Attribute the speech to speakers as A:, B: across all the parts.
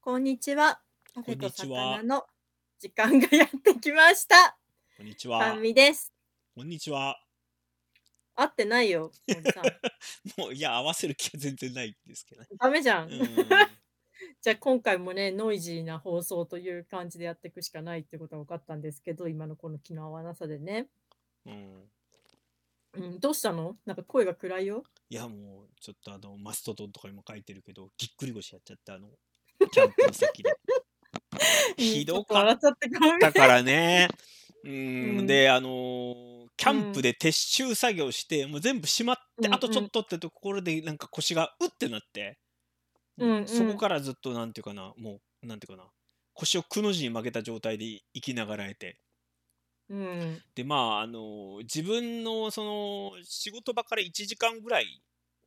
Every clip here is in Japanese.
A: こんにちは。カフ
B: こ
A: ェ
B: ん
A: と
B: にちは
A: 魚の時間がやってきました。
B: こんにち
A: ファ
B: は
A: ン。ミです。
B: こんにちは。
A: 合ってないよ。森 さん
B: もういや合わせる気は全然ないんですけどね。
A: ダメじゃん。
B: うん
A: じゃあ今回もね、ノイジーな放送という感じでやっていくしかないってことは分かったんですけど、今のこの気の合わなさでね。
B: うん。
A: うん、どうしたのなんか声が暗いよ。
B: いやもうちょっとあのマストドンとかにも書いてるけどぎっくり腰やっちゃってあのキャンプの先でひどかっ
A: った。笑っちゃってごめん
B: たからね。うん、
A: うん
B: であのーキャンプで撤収作業して、もう全部閉まって、
A: うん
B: あとちょっとってところでなんか腰がうってなって、
A: うんうん
B: そこからずっとなんていうかなもうなんていうかな腰をくの字に曲げた状態で生きながらえて
A: うん。
B: でまああの自分のその仕事場から1時間ぐらい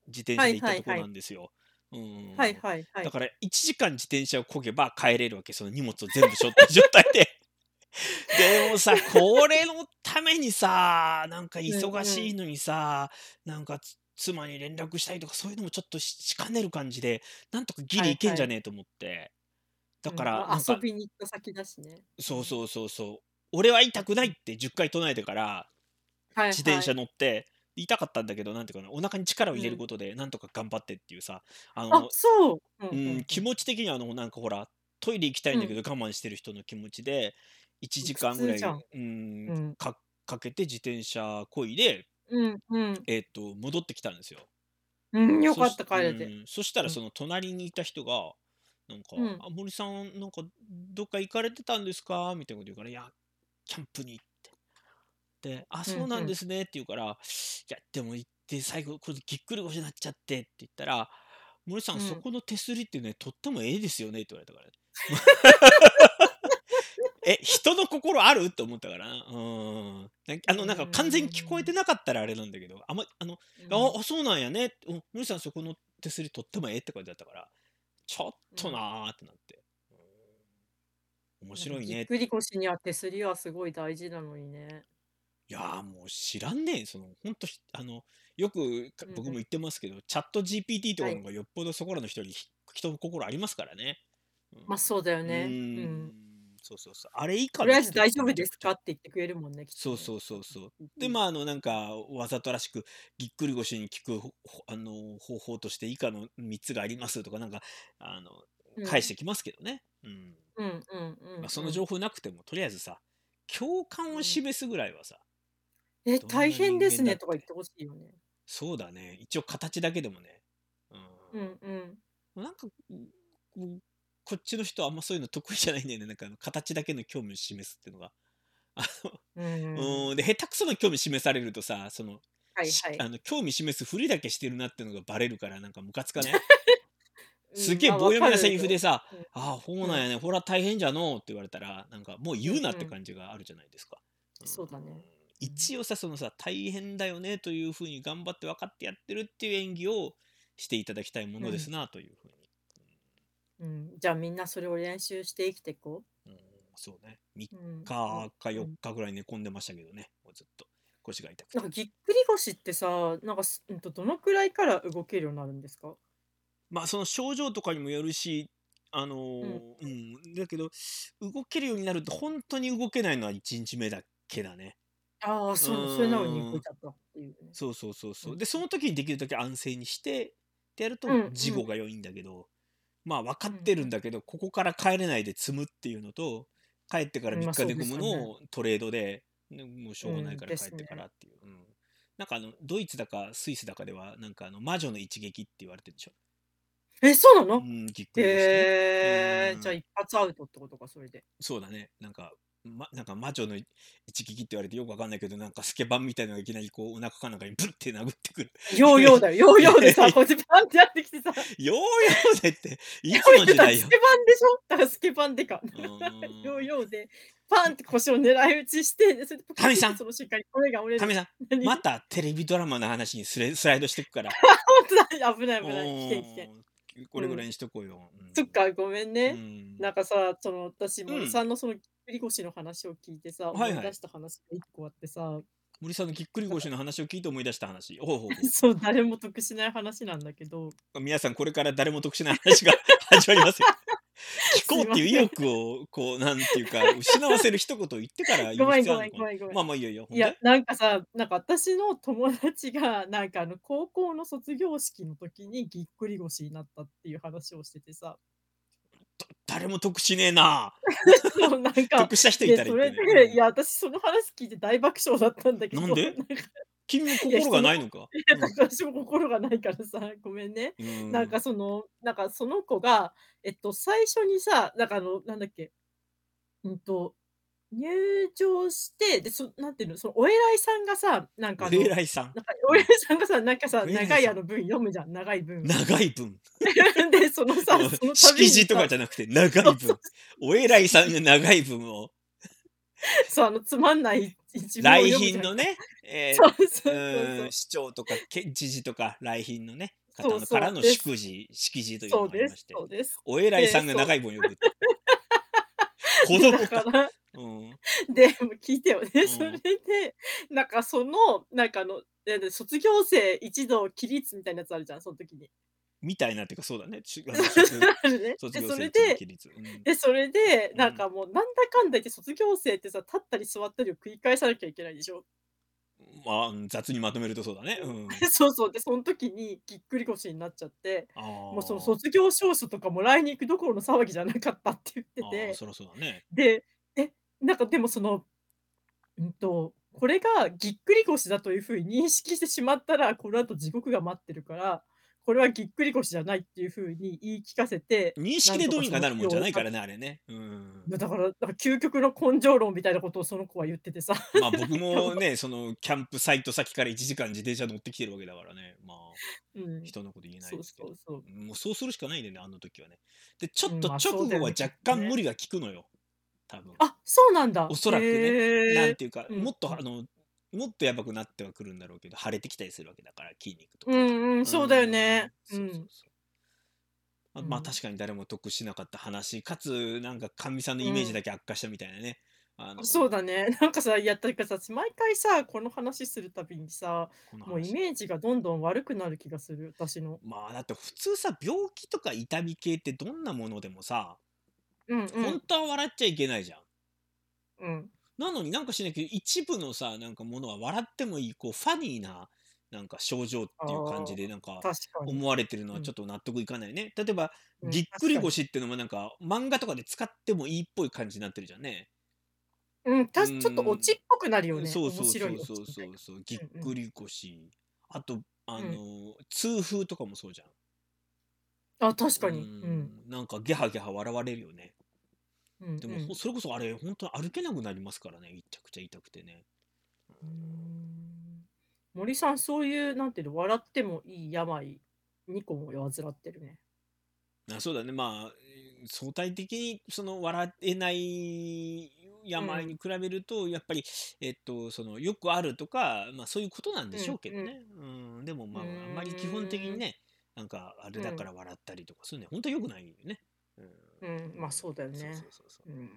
B: 自転車で行っ
A: は
B: た
A: いはい
B: ところ
A: はい
B: なんですよ。うん
A: はいはいはい
B: だ。から1時間自転車をこげば帰れるわけその荷物を全部背負った状態 で。でもさこれのためにさなんか忙しいのにさ、なんかつ妻に連絡したりとかそういうのもちょっとししかねる感じでなんとかギリいけんじゃねえと思って、だから
A: うん
B: なんか
A: 遊びに行った先だしね。
B: そうそうそうそう俺は痛くないって10回唱えてから
A: はいはい、
B: 自転車乗って痛かったんだけどなんていうかなお腹に力を入れることでなんとか頑張ってっていうさあ
A: あ
B: の、
A: そう。う
B: うん
A: うんうん
B: ん、気持ち的にはあのなんかほらトイレ行きたいんだけど我慢してる人の気持ちで1時間ぐ
A: 苦
B: ら
A: 痛
B: い
A: じゃん
B: うん
A: うん
B: かかけて自転車こいで、
A: うんうん
B: えっと戻ってきたんですよ。
A: うん、よかった
B: そし
A: 帰れて
B: う。んそしたら
A: うん
B: その隣にいた人が「なんか、
A: うん
B: あ森さんなんかどっか行かれてたんですか?」みたいなこと言うから「いやキャンプに行って」で「あそうな
A: うんん
B: ですね」って言うから「いやでも行って最後これぎっくり腰になっちゃって」って言ったら「森さん、
A: うん
B: そこの手すりってねとってもええですよね」って言われた からね。え人の心あるって思ったからなうんなんあのなんか完全に聞こえてなかったらあれなんだけどあんまあのああそうなんやねうん森さんそこの手すり取ってもええって感じだったからちょっとなーってなって、うん面白い
A: ぎ
B: ね
A: っくり腰にあ手すりはすごい大事なのにね。
B: いやーもう知らんねえそのほんとひあのよくか
A: うん
B: 僕も言ってますけど、チャット GPT とか
A: は
B: の
A: い
B: 方がよっぽどそこらの人にひ人の心ありますからね、うん
A: まあそうだよ
B: う
A: ね。う
B: ーん
A: ん。
B: そうそうそうあれ以下
A: と
B: の
A: りあえず
B: 人っ
A: 大
B: て
A: 丈
B: め
A: 夫
B: ちゃ
A: で
B: く
A: す
B: ちゃ
A: かって言ってくれるもんね、きっと
B: そう
A: ね。
B: そうそうそう。
A: う
B: で
A: ん
B: まああのなんかわざとらしくぎっくり腰に効くほほあの方法として以下の3つがありますとかなんかあの
A: うん
B: 返してきますけどね。うん
A: うんうんうん、
B: ま
A: う
B: あ、
A: ん。
B: その情報なくてもとりあえずさ共感を示すぐらいはさ
A: え、
B: どんな
A: 大変です
B: 人間だ
A: ね
B: って
A: とか言ってほしいよね。
B: そうだね一応形だけでもね。
A: う
B: うん
A: うん。
B: なんかここっちの人はあんまそういうの得意じゃないんだよねなんかあの形だけの興味を示すっていうのが。あの
A: うん。
B: う
A: は
B: ーんで下手くそな興味示されるとさその
A: い
B: し
A: はい。
B: あの興味示すふりだけしてるなってのがバレるからなんかムカつかね
A: うん
B: すげえ
A: まあ
B: 棒読みなセリフで
A: わか
B: さ
A: るよ
B: 「ああほうなんやねほら大変じゃのう」って言われたらなんかもう言うなって
A: うんうん
B: 感じがあるじゃないですか。ん
A: そうだね
B: 一応さそのさ大変だよねというふうに頑張って分かってやってるっていう演技をしていただきたいものですなというふうに、
A: うんうん。じゃあみんなそれを練習して生きていこ
B: うんそうね3
A: う。うん。
B: 日か
A: う
B: 4
A: ん
B: 日ぐらい寝込んでましたけどねもうずっと腰が痛く
A: な
B: て
A: んかぎっくり腰ってさ、なんかす、うんと、どのくらいから動けるようになるんですか
B: まあその症状とかにもよるしあのーうん、だけど動けるようになると本当に動けないのは1日目だけだね
A: ああ、そう、そういうのに
B: うーん
A: 動いちゃったっていうね。
B: そうそうそうそううんでその時にできるだけ安静にしてってやると
A: うんうん
B: 事後が良いんだけど、まあ分かってるんだけどここから帰れないで積むっていうのと帰ってから
A: うんま
B: 3
A: あそ
B: 日
A: う
B: 寝
A: で
B: 込
A: す
B: む
A: よね
B: のをトレードで、ねもうしょうがないか
A: うんで
B: ら帰
A: す
B: ってか
A: ね
B: らっていう、うんなんかあのドイツだかスイスだかではなんかあの魔女の一撃って言われてるでしょ、
A: え、そうな
B: う
A: の
B: ん、ぎっくり腰ね。
A: へえ
B: う
A: ー、
B: ん
A: じゃあ一発アウトってことか、それで。
B: そうだね。なんか、ま、なんか魔女の一撃って言われてよくわかんないけど、なんかスケバンみたいなのがいきなりこうお腹かなんかにブッて殴ってくる。
A: ヨーヨーだよ、ヨーヨーで さ、こうやってパンってやってきてさ、
B: ヨーヨーでって、い
A: ヨ
B: つ
A: ーヨ
B: の
A: ーだ
B: 時
A: から
B: 代
A: ス
B: よ。
A: ケバンでしょだからスケバンでか。
B: うーん
A: ヨーヨーで、パンって腰を狙い撃ちして、それでポキッ
B: 神さん
A: てその瞬間に声が折れ
B: カ
A: る。
B: メさん、
A: 何
B: またテレビドラマの話にスレスライドしてくから。
A: 本当だ危ない危ない。危険危険。
B: うーんこれぐらいにしとこうよ。うん
A: そっか、ごめん
B: う
A: ね。
B: ん
A: なんかさ、その私、
B: ん
A: 森さんのそのぎっくり腰の話を聞いてさ、
B: はいはい
A: 思い出した話が一個あってさ、
B: 森さんのぎっくり腰の話を聞いて思い出した話。ほうほうほ
A: そう、誰も得しない話なんだけど、
B: う皆さん、これから誰も得しない話が始まりますよ。聞こうっていう意欲を、こう、なんていうか、失わせる一言を言ってから
A: ご
B: 言う
A: めん
B: 必要
A: ご
B: ある
A: めんご
B: のかな。
A: めんごめん。
B: まあまあいいよいいよ。ほ
A: い
B: ん
A: や、
B: で
A: なんかさ、なんか私の友達が、なんかあの、高校の卒業式の時にぎっくり腰になったっていう話をしててさ、
B: 誰も得しねえな。
A: そう、なんか、
B: 得した人い
A: で、
B: たら
A: そ
B: 言って
A: れ
B: ね。
A: で、いや、私その話聞いて大爆笑だったんだ
B: う
A: け
B: ん。
A: ど、
B: なんで
A: なんか、
B: 君も
A: いや、
B: 心
A: そ
B: が
A: の、
B: ないのか。
A: いや、
B: う
A: だ
B: ん。
A: から私も心がないからさ、ごめんね。
B: う
A: なん
B: ん。
A: かその、なんかその子が、えっと、最初にさ、なんかあの、なんだっけ、うんと、入場して、で、そ、なんていうの、そのお偉いさんがさ、なん
B: お
A: かあの、
B: 偉いさん。
A: なんか、
B: う
A: お偉い
B: ん。
A: さんがさ、なんかさ、
B: お偉い
A: 長い
B: さ
A: あ
B: ん。
A: の文読むじゃん、長い文を。
B: 長い文。
A: で、 そのさ、
B: もう
A: その
B: 識
A: 度に
B: 字とか
A: さ、
B: じゃなくて、長
A: そ
B: いう
A: そう
B: 文。お偉いさんの長い文を。
A: そう、あの、つまんない一文を
B: 来
A: 読むじ
B: 賓
A: ゃんか。
B: のね、え
A: そうそ
B: ー
A: うそう
B: う
A: そ
B: ーん、
A: う。
B: 市長とか県知事とか来賓のね、
A: そ
B: 方
A: う
B: のか
A: そ
B: ら
A: う
B: の
A: です。
B: 祝辞、式辞という
A: そ
B: の
A: う
B: があり
A: で。
B: ますして、
A: そうです。
B: お偉いさ
A: で、
B: んが
A: そ
B: 長い文を読 むって。
A: う。
B: 孤
A: で、だ
B: 独
A: か
B: か。
A: ら、
B: うん、
A: で、も聞いてよね。
B: う
A: それ
B: ん、
A: で、なんかその、なんかあの、でで卒業生一同起立みたいなやつあるじゃん、その時 に。
B: みたいなっていうか、そうだね。し あの卒
A: あるね。
B: 卒
A: で、
B: 業
A: そ
B: 生
A: れ
B: 一同
A: で、
B: 起立。うん、
A: で、それで、
B: う
A: なん
B: ん、
A: かもう、なんだかんだ言って卒業生ってさ、立ったり座ったりを繰り返さなきゃいけないでしょ。
B: まあ、うん雑にまとめるとそうだね。うん。
A: そうそう。で、その時にぎっくり腰になっちゃって、 もうその
B: あ
A: 卒業証書とかもらいに行くどころの騒ぎじゃなかったって言って
B: あ、ああ、
A: て、
B: そりゃそうだね。
A: で、え、なんかでもその、うんと、これがぎっくり腰だというふうに認識してしまったら、この後地獄が待ってるから、これはぎっくり腰じゃないっていうふうに言い聞かせて、
B: 認
A: な
B: 識
A: ん
B: で
A: と
B: どう
A: か
B: に
A: そ
B: か
A: の
B: なる
A: 日
B: もん
A: を
B: じゃな
A: 終
B: い
A: わ
B: か
A: っ
B: らね、あれね。うん。
A: だから、なんか究極の根性論みたいなことをその子は言っててさ、
B: まあ
A: なん
B: 僕
A: かも
B: もね、そのキャンプサイト先から1時間自転車乗ってきてるわけだからね、まあ
A: う、うん、
B: 人のこと言えない
A: そう
B: ですけ
A: そ
B: ど、
A: うそう。
B: もうそうするしかないんだよね、あの時はね。で、ちょ
A: う
B: っ
A: ん、
B: と
A: まあ
B: 直
A: そうだ
B: 後
A: よ
B: は
A: ね、きっ
B: 若
A: と
B: 干無
A: ね。
B: 理が効くのよ、多分。
A: あ、そうなんだ。
B: おそらくね、な
A: へ
B: ん
A: え。
B: ていうか、
A: う
B: も
A: ん、
B: っと
A: う
B: あ
A: ん。
B: の、もっとやばくなってはくるんだろうけど、腫れてきたりするわけだから、筋肉と
A: う
B: かが。
A: ん、うん、
B: う
A: そうだよ
B: ー
A: ね。
B: ん、
A: う、
B: そうそうんそう。あ
A: う
B: まあ
A: ん、
B: 確かに誰も得しなかった話、かつなんかかみさんの
A: う
B: イメージ
A: ん。
B: だけ悪化したみたいなね。あの、
A: そうだね。 なんかさ、いやったりかさ、毎回さ、この話するたびにさ、
B: この
A: もうイ
B: 話。
A: メージがどんどん悪くなる気がする、私の。
B: まあだって普通さ、病気とか痛み系ってどんなものでもさ、
A: うんう
B: 本
A: ん、
B: 当は笑っちゃいけないじゃん。
A: うん。
B: なのになんかしないけど、一部のさ、なんかものは笑ってもいい、こう、ファニーな、なんか症状っ
A: あ
B: ていう感じ
A: あ、
B: で、なんか
A: 確かに。
B: 思われてるの
A: う
B: はちょっ
A: ん、
B: と納得いかないね。例えば、
A: うん、
B: ぎっく
A: 確
B: り
A: かに。
B: 腰っていうのもなんか、漫画とかで使ってもいいっぽい感じになってるじゃんね。
A: うん、
B: う
A: たし、ちょっとオチ
B: ん。
A: っぽくなるよね。
B: そう
A: 面
B: そう
A: 白
B: そ
A: いうオチ
B: そう
A: みたい
B: そうそう、ぎっ
A: な。うん
B: くり腰。あと、あ
A: うん、うん。
B: の、痛風とかもそうじゃん。
A: あ、確
B: う
A: かに。うん、
B: ん。なんか、ゲハゲハ笑われるよね。
A: うん、
B: で
A: う
B: も、ほ
A: ん。
B: それこそあれ、本当に歩けなくなりますからね。めちゃくちゃ痛くてね。
A: うーん森さん、そういう、なんていうの、笑ってもいい病、2個も患ってるね。
B: あそうだねまあえー相対的にその笑えない
A: うん、
B: 病
A: う
B: に
A: ん、
B: 比べるとやっぱり、えっと、そのよくあるとか、まあ、そういうことなんで
A: う
B: しょ
A: ん、
B: うけど
A: う
B: ね、うん、でも
A: ん。
B: ま
A: う
B: ああんまり基本的に
A: ーん、
B: ねなんかあれ
A: う
B: だか
A: ん、
B: ら笑ったりとかそういうの本当はよくないよね、うん、
A: うん。まあ、そうだよ
B: そう
A: ね。
B: そうそうそう
A: うん、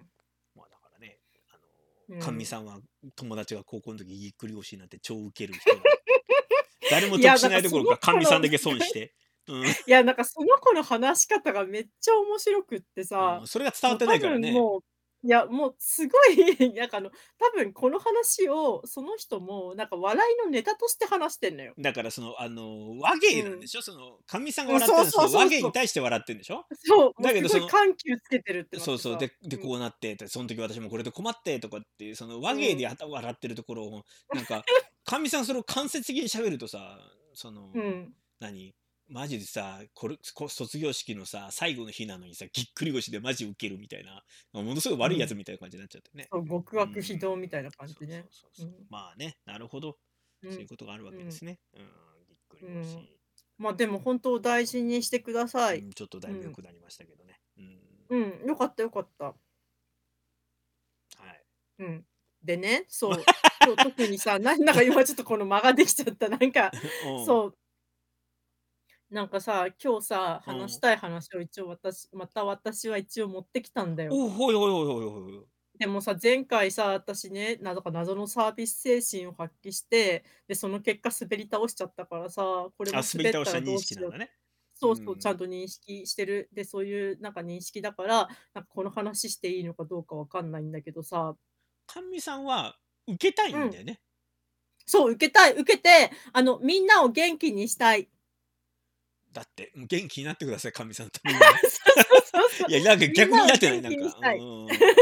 B: まあだからねあの
A: う
B: かみ
A: ん。
B: さんは友達が高校の時ぎっくり腰になって超ウケ る人が誰も
A: い
B: 得
A: や、
B: し
A: なん
B: な
A: か
B: いど
A: そ
B: こ
A: の
B: ろかか
A: 子
B: み
A: の、
B: さ
A: なんん
B: だ
A: か、
B: け損して、う
A: い
B: ん、
A: や、なんかその子の話し方がめっちゃ面白くって
B: う
A: さ、
B: ん、それが伝
A: も
B: わっ
A: う
B: て
A: 多
B: ないから
A: 分
B: ね
A: もう、いや、もうすごい なんかあの、多分この話を、その人も、なんか笑いのネタとして話してんのよ。
B: だからその、あの、和芸
A: う
B: なんで
A: ん。
B: しょその、かみさんが
A: うん、
B: 笑って
A: そ
B: る
A: うそう
B: のはその和
A: そう
B: 芸
A: そ
B: に
A: う。
B: 対して笑ってるんでしょ
A: そう、もう
B: だけ
A: す
B: ど
A: ご
B: そ
A: い
B: の、
A: 緩急つけてるってなっ
B: そう
A: て
B: そう、
A: さ。
B: で、で、
A: うん。
B: こうなってて、その時私もこれで困ってとかっていう、その和
A: う
B: 芸で
A: ん。
B: やった笑ってるところを、な んか、かみさんそれを間接的に喋るとさ、その、
A: うん。
B: 何マジでさこれこ卒業式のさ最後の日なのにさぎっくり腰でマジウケるみたいなものすごいう悪いやつ
A: ん。
B: みたいな感じになっちゃってね
A: そう、極
B: う
A: 悪非道
B: ん
A: みたいな感
B: そ
A: じ
B: うそう
A: ね。
B: そう
A: う。
B: そうんまあねなるほど
A: う。
B: そういうんことがあるわ
A: う
B: けで
A: ん。
B: すねうんぎっくり
A: うん。
B: 腰
A: まあでも本当お大事にしてくださ
B: う
A: い。
B: ん、ちょっとだ
A: う
B: いぶ良
A: ん。
B: くなりましたけどね。うん。
A: うん。よかったよかった。
B: はい。
A: うん。でね、そう、今日特にさ、ななんか今ちょっとこの間ができちゃった。なんか、
B: うん。
A: そう、なんかさ、今日さ、
B: う
A: 話し
B: ん。
A: たい話を一応私、また私は一応持ってきたんだよ。
B: おうほいほいほいほいほいほい。
A: でもさ、前回さ、私ね、なぜか謎のサービス精神を発揮して、で、その結果滑り倒しちゃったからさ、これ
B: あ、
A: も
B: 滑
A: 滑
B: り
A: っ
B: 倒したた
A: らど
B: 認
A: う
B: 識
A: し
B: なん
A: よう。
B: だね。
A: そうそう、ちゃん
B: ん。
A: と認識してる。で、そういうなんか認識だから、なんかこの話していいのかどうかわかんないんだけどさ。
B: 甘味さんは受けたい
A: うん
B: だ
A: ん。
B: よね。
A: そう、受けたい、受けて、あの、みんなを元気にした い。
B: だって、もう元気になってください、神さんのためには。
A: そうそうそうそう。
B: いや、なんか
A: みん
B: 逆に
A: なを
B: なってない、
A: 元
B: な
A: 気
B: ん
A: に
B: か。
A: し
B: う
A: たい。
B: ん。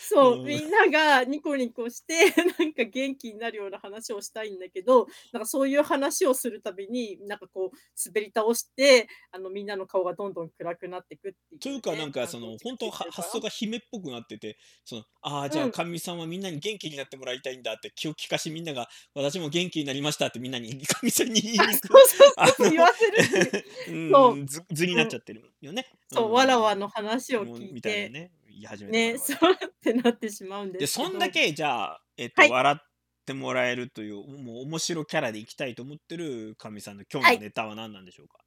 A: そう、
B: うん。
A: みんながニコニコして、 なんか元気になるような話をしたいんだけど、なんかそういう話をするたびに、なんかこう、滑り倒して、あの、みんなの顔がどんどん暗くなってくってい
B: という
A: う
B: か、なん
A: ね、
B: か、
A: あ
B: そ
A: の、
B: の、
A: 時
B: 本
A: が
B: 当
A: つい て
B: は
A: るか
B: 発想
A: ら。
B: が姫っぽくなってて、その、ああ、じゃ
A: う
B: あ、
A: ん。
B: 神さんはみんなに元気になってもらいたいんだって、気を利かしみんなが、私も元気になりましたってみんなに、神さんに言い
A: あ、
B: に 行
A: そ
B: く。
A: うそう
B: あ
A: そう、
B: の、
A: 言わせるって いう。
B: う
A: そ
B: ん、図図に
A: う。
B: なっ
A: う
B: ち
A: ん。
B: ゃってるよね。う
A: そう、わらわ
B: ん。
A: の話を
B: もう、
A: 聞い
B: みたいな
A: て、
B: ね、言い始
A: ね、
B: めた我々
A: そう
B: は。
A: ってなってしまうんで
B: で、
A: すけ
B: そんだ
A: ど。
B: け、じゃあ、えっ
A: はい。
B: と、笑ってもらえるという、もう面白キャラでいきたいと思ってる神さんの今日
A: は
B: の
A: い。
B: ネタは何なんでしょうか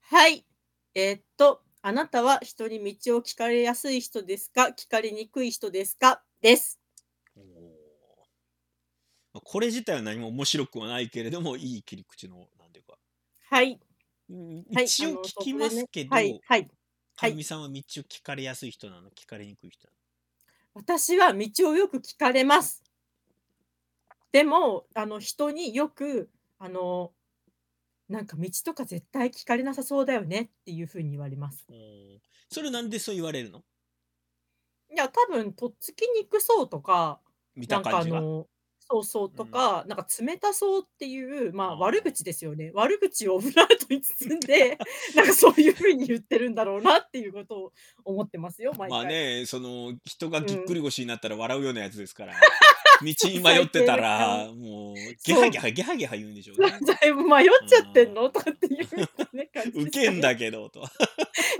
A: はい。えーっと、あなたは人に道を聞かれやすい人ですか聞かれにくい人ですかです。
B: おーまあこれ自体は何も面白くはないけれども、いい切り口の、なんていうか。
A: はい。
B: うん
A: はい。
B: 一
A: あ
B: 応聞
A: の、そ
B: き
A: こで
B: ます
A: ね。
B: け
A: はい。
B: ど、
A: はい。は
B: か
A: い。
B: みさんは道を聞かれやすい人なの聞かれにくい人な
A: 私は道をよく聞かれます。でも、あの、人によく、あの、なんか道とか絶対聞かれなさそうだよねっていうふうに言われます。
B: のおーそれなんでそう言われるの
A: いや、多分、とっつきにくそうとか、
B: 見
A: な
B: た
A: んか
B: 感
A: あ
B: じが
A: の、そうそう
B: う
A: と
B: ん。
A: か、なんか冷たそうっていう、まあ悪
B: あ
A: 口ですよね。悪口をオブラートに包ん で、なんかそういうふうに言ってるんだろうなっていうことを思ってますよ、
B: ー
A: 毎
B: まあ
A: 回。
B: ね、その人が
A: う
B: ぎっく
A: ん。
B: り腰になったら笑うようなやつですから、 道
A: そう、
B: に迷っ
A: 最
B: て
A: 低
B: た
A: な感じ。
B: ら、もう、ゲハ
A: そ
B: ゲ
A: う。
B: ハゲハゲハ言うんでしょうね。
A: だいぶ迷っちゃってんのとかっていう
B: あ
A: ようなね感じ
B: ーウ
A: です
B: ケ
A: か
B: ん
A: ね。
B: だけど、と。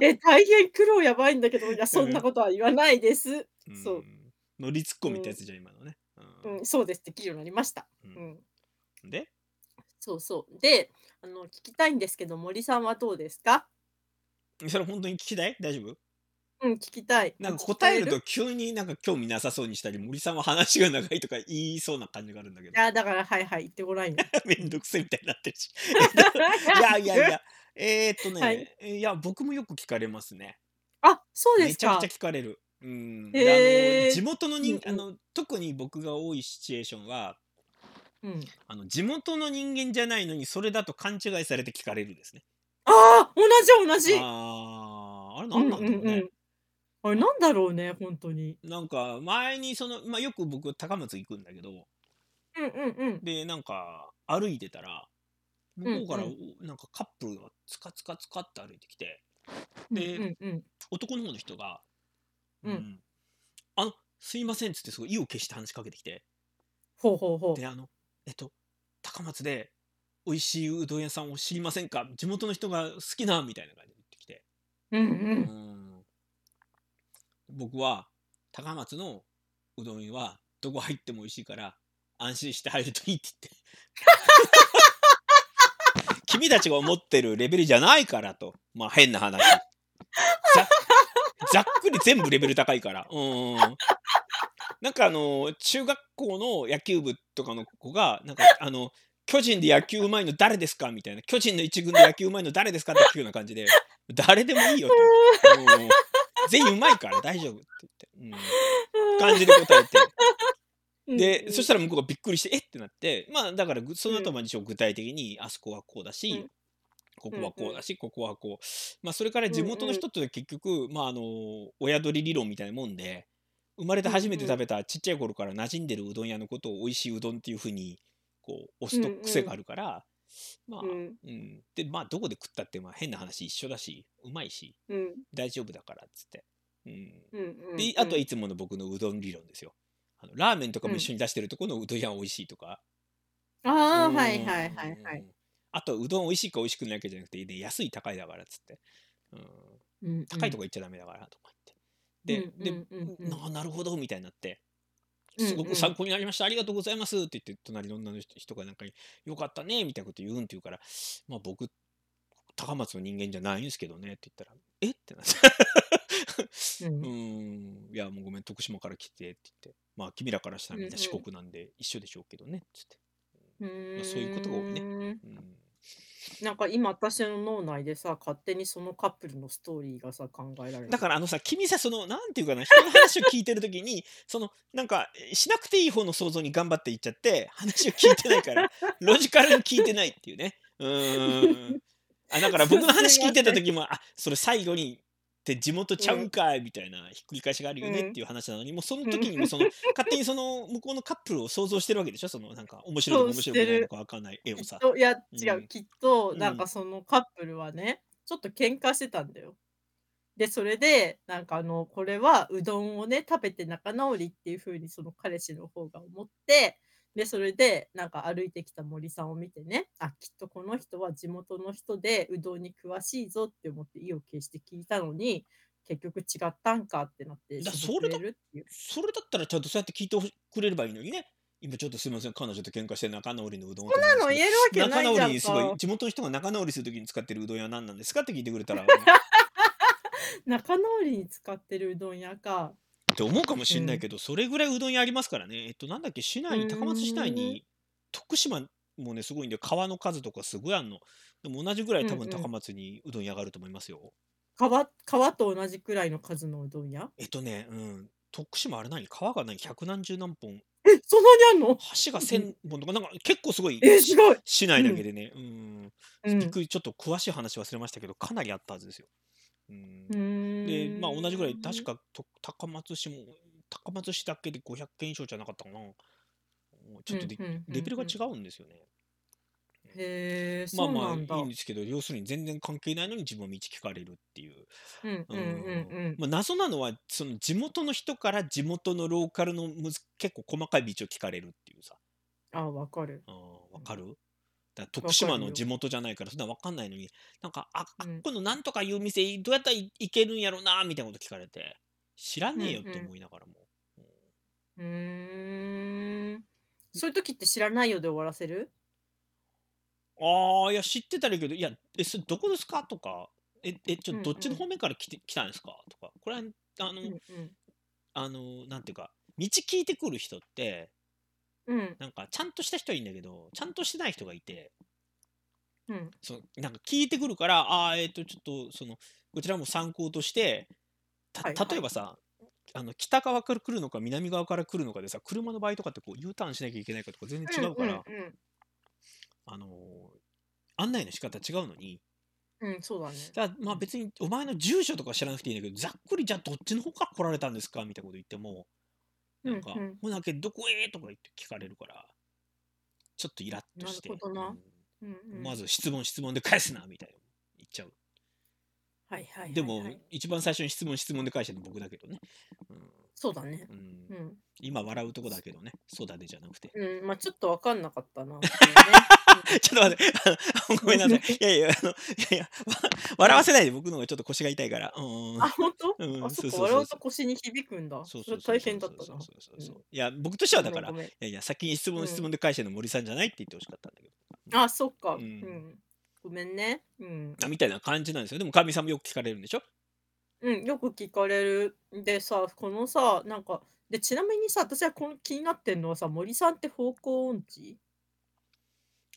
A: え、大変苦労やばいんだけど、いや、そんなことは言わないです。
B: う
A: そ
B: ん。乗りツッコ
A: う。
B: ミって
A: う
B: や
A: ん。
B: つじゃん、今のね。う
A: うん、そうです。できるようになりました。
B: ん。
A: うん。
B: うん、で
A: そうそう。で、あの聞きたいんですけど、森さんはどうですか
B: それ本当に聞きたい大丈夫
A: うん、聞きたい。
B: な
A: あ
B: んか
A: 聞か
B: 答え
A: れ
B: ると
A: る
B: 急になんか興味なさそうにしたり、森さんは話が長いとか言いそうな感じがあるんだけど。
A: いや、だから、はいはい、言ってごらんよ。
B: め
A: うん
B: ど
A: ん。
B: くせえみたいになってるし。えっと、いやいやいや、えー、っと
A: はい。
B: ね、いや、僕もよく聞かれますね。
A: あ、そうで
B: め
A: す
B: ちゃくちゃ
A: か。
B: 聞かれる。うん。で、あの、
A: へ
B: 地
A: え。
B: 元の
A: う
B: 人、
A: ん
B: あ
A: うん。
B: の、特に僕が多いシチュエーションは、
A: うん。
B: あの、地元の人間じゃないのに、それだと勘違いされて聞かれるですね。
A: ああ、同じ同じ。
B: あー、あれ
A: う
B: 何
A: ん
B: な
A: うん
B: だろうん
A: う
B: ね。
A: ん。あれ、なんだろうね、本当に。
B: なんか、前にその、まあ、よく僕、高松行くんだけど、
A: うんうんうん。
B: で、なんか、歩いてたら、向
A: う
B: こ
A: ん
B: うか
A: う
B: らお
A: ん。
B: なんかカップルがつかつかつかって歩いてきて
A: うん
B: で
A: うんうん。
B: 男の方の人が「う
A: うん。
B: んあのすいません」っつってすごい意を決して話しかけてきて
A: ほうほうほ
B: で
A: う。
B: あのえっと高松で美味しいうどん屋さんを知りませんか地元の人が好きなみたいな感じで言ってきて
A: うんう。
B: うんん僕は高松のうどん屋はどこ入っても美味しいから安心して入るといいって言って君たちが思ってるレベルじゃないからとまあ変な話ざっざっくり全部レベル高いから。うん。なんかあの、中学校の野球部とかの子が、なんかあの、巨人で野球うまいの誰ですかみたいな。巨人の一軍で野球うまいの誰ですかって聞くような感じで、誰でもいいよと。うん。全員うまいから大丈夫って言って、うん。感じで答えて。
A: うん
B: で、
A: う
B: そし
A: ん
B: たら向こうがびっくりして、えってなって、まあだからぐそうの後
A: ん
B: まあ一応具体的に、あそこはこうだ
A: う
B: し、
A: ん
B: こ
A: う
B: こは
A: んう
B: こうんだし、ここはこう。まあ、それから
A: う
B: 地
A: ん
B: 元の
A: うん
B: 人って結局、まあ、あの、親鳥理論みたいなもんで、生まれて
A: うん
B: 初めて
A: う
B: 食
A: ん
B: べたちっちゃい頃から馴染んでるうどん屋のことを美味しいうどんっていうふうに、こう、押
A: う
B: すと
A: ん
B: 癖
A: う
B: があ
A: ん
B: るから、ま
A: う
B: あ、
A: ん
B: うん。で、まあ、どこで食ったって、まあ、変な話一緒だし、うまいし、
A: うん
B: 大丈夫だから、つって。うん。
A: うん
B: で、
A: う
B: あとは
A: ん
B: いつもの僕のうどん理論ですよ。あのラーメンとか
A: う
B: も一
A: ん。
B: 緒に出してるとこのうどん屋は美味しいとか、う
A: ああ、はいはいはいはい。
B: ん。あと、うどん美味しいか美味しくないかじゃなくて、で安い高いだからっつって。うん。
A: うんう
B: 高いと
A: ん。
B: こ行っちゃダメだからとか
A: う
B: 言って。
A: んう
B: で、で、
A: んうんうん。
B: ななるほど、みたいになって。
A: うん
B: すごく
A: う
B: 参
A: ん。
B: 考になりました。ありがとうございますって言って、隣の女の人人がなんかに、よかったね、みたいなこと言うんって言うから、まあ僕、高松の人間じゃないんですけどねって言ったら、えってなって。
A: う
B: うんん、いや、もうごめん、徳島から来てって言って、まあ、君らからした
A: う
B: ら
A: ん
B: みんな四国なんで一緒でしょうけどねって言って、
A: う
B: まあ、そういうことが多いね。
A: ん。うーん
B: うん
A: なんか今私の脳内でさ、勝手にそのカップルのストーリーがさ、考えられ
B: だ
A: て
B: か
A: る。
B: らあのさ、君さ、その、なんていうかな、人の話を聞いてるときに、 その、なんか、えしなくていい方の想像に頑張っていっちゃって、話を聞いてないから、ロジカルに聞いてないっていうね。うーん。あ、だから
A: そ
B: 僕
A: う
B: の
A: すい
B: 話聞
A: ま
B: いてた
A: せん。
B: ときも、あ、それ最後に、って地元ち
A: う
B: ゃうん
A: ん。
B: かいみたいなひっくり返しがある
A: う
B: よねっ
A: ん。
B: ていう話なのにもうその
A: う
B: 時
A: ん。
B: にもその勝手にその向こうのカップルを想像してるわけでしょそのなんか面白いの
A: そ
B: か
A: うし
B: 面白く
A: て
B: ないの
A: る。
B: かわかんない絵を
A: きっ
B: さ
A: と、いや、
B: う
A: 違う。
B: ん
A: きっと、
B: う
A: なん
B: ん
A: かそのカップルはね、ちょっと喧嘩してたんだよ。で、それで、なんかあの、これはうどんをね、食べて仲直りっていう風にその彼氏の方が思って、で、それで、なんか歩いてきた森さんを見てね、あ、きっとこの人は地元の人でうどんに詳しいぞって思って意を決して聞いたのに、結局違ったんかってなって
B: だ
A: し
B: そ
A: てく
B: れ
A: れ
B: だ
A: るっていう。
B: それだったらちゃんとそうやって聞いてほしくれればいいのにね今ちょっとすみません彼女と喧嘩して仲直りのうどんを
A: そ
B: 頼んだん
A: ん
B: で
A: な
B: す
A: の
B: け
A: 言える
B: ど
A: わけ
B: 仲
A: ない
B: 直
A: じ
B: り
A: ゃん
B: にすごい
A: か。
B: 地元の人が仲直りするときに使ってるうどん屋は何なんですかって聞いてくれた ら
A: 仲直りに使ってるうどん屋か。
B: って思うかも
A: う
B: しれない
A: ん。
B: けどそれぐらいうどん屋ありますからねえっとなんだっけ市
A: う
B: 内高松市内
A: ーん。
B: に徳島もねすごいんで川の数とかすごいあんのでも同じぐらい
A: うん
B: 多分
A: う
B: 高
A: ん。
B: 松にうどん屋があると思いますよ
A: 川、川と同じくらいの数のうどん屋
B: えっとねうん徳島あれ何川が何百何十何本
A: え、そんなにあんの
B: 橋が
A: うん
B: 1000本とか、なんか結構すごい
A: え、す
B: し
A: ごい。
B: 市内
A: う
B: だけ
A: ん。
B: でね、うん、
A: う
B: びっ
A: ん。
B: くり、ちょっと詳しい話忘れましたけど、かなりあったはずですよ。う
A: うー
B: ん、で、まあ同じぐらい、確
A: ん。
B: かと高松市も、高松市だけで500件以上じゃなかったかな。うんちょ
A: う
B: っと
A: ん、
B: で
A: うん、う
B: レベ
A: ん、
B: ルが
A: う
B: 違
A: ん。
B: うんですよね。うん
A: へえ、
B: まあ
A: そう
B: ま
A: ない
B: あ
A: ん
B: いん
A: だ。
B: ですけど、要するに全然関係ないのに自分は道聞かれるっていう。
A: うん、
B: う
A: うん、うん、
B: ん
A: うん。
B: まあ、謎なのは、その地元の人から地元のローカルのむず結構細かい道を聞かれるっていうさ。
A: あ、わかる。
B: あーわ
A: うん
B: かるだから徳
A: わか
B: 島
A: る
B: の地
A: よ。
B: 元じゃないからそんなわかんないのになんかああっ
A: うん、
B: このなんとかいう店どうやったらい行けるんやろなみたいなこと聞かれて知ら
A: う
B: ねえよ
A: ん、
B: って
A: う
B: 思いながらも、うん
A: ん。うーん。そういう時って知らないよで終わらせる
B: ああいや知ってたらいいけどいやえそれどこですかとかええちょ
A: う
B: ど
A: ん、
B: っ
A: う
B: ちの
A: ん、
B: 方面から来て来たんですかとかこれはあ
A: う
B: の
A: ん、うん。
B: あのなんていうか道聞いてくる人って
A: うん、
B: なんかちゃんとした人はいいんだけどちゃんとしてない人がいて
A: うん、
B: そのなんか聞いてくるからああーえっ、とちょっとそのこちらも参考として
A: はい
B: た
A: は
B: 例え
A: い。
B: ばさあの北側から来るのか南側から来るのかでさ車の場合とかってこう U ターンしなきゃいけないかとか全
A: う
B: 然違
A: ん、
B: うか
A: う
B: ら、
A: ん、うん。
B: あのー案内の仕方違うのに
A: うん、そうだね。
B: だからま
A: う
B: あ
A: ん、
B: 別にお前の住所とか知らなくていいんだけどざっくりじゃあどっちの方から来られたんですかみたいなこと言っても
A: う
B: なん
A: ん、う
B: か
A: ん。
B: 「ほなけどこへ?」とか言って聞かれるからちょっとイラッと
A: な
B: し
A: るほ
B: て、
A: ど
B: う
A: な。
B: ん、
A: うん、う
B: ま
A: ん。
B: ず質問質問で返すなみたいな言っちゃう。
A: はいはい
B: で
A: はい
B: も
A: はい。
B: 一番最初に質問質問で返したの僕だけどね。うん
A: そうだね。
B: うん、
A: うん。
B: 今笑うとこだけどね、そうだねじゃなくて。
A: うん、まあちょっとわかんなかったな、それね。うん。
B: ちょっと待って、あのごめんなさい。いやいや、あの、いやいや、わ笑わせないで僕の方がちょっと腰が痛いから。うん、
A: あ、本当
B: うん、う
A: あ、
B: ん
A: そっか、
B: そうそうそ
A: 笑
B: う
A: う
B: そ
A: と
B: う。
A: 腰に響くんだ。
B: そ
A: そ
B: うそ
A: れ
B: うそう
A: 大
B: そう
A: 変だ
B: そ
A: っ
B: う
A: た
B: そう
A: な。
B: そうそう
A: う
B: そ
A: ん。
B: う。いや、僕としては
A: ご
B: だ
A: めん
B: から、
A: ご
B: い
A: めん。
B: やいや、先に質問
A: う
B: 質
A: ん。
B: 問で返してるの森さんじゃないって言ってほしかったんだけど。
A: あ、そっ
B: う。
A: か。うんん。ごめんね。うん。
B: あみたいな感じなんですよ。でも、かみさんもよく聞かれるんでしょ
A: うん、よく聞かれる。でさ、このさ、なんか、で、ちなみにさ、私はこの気になってんのはさ、森さんって方向音痴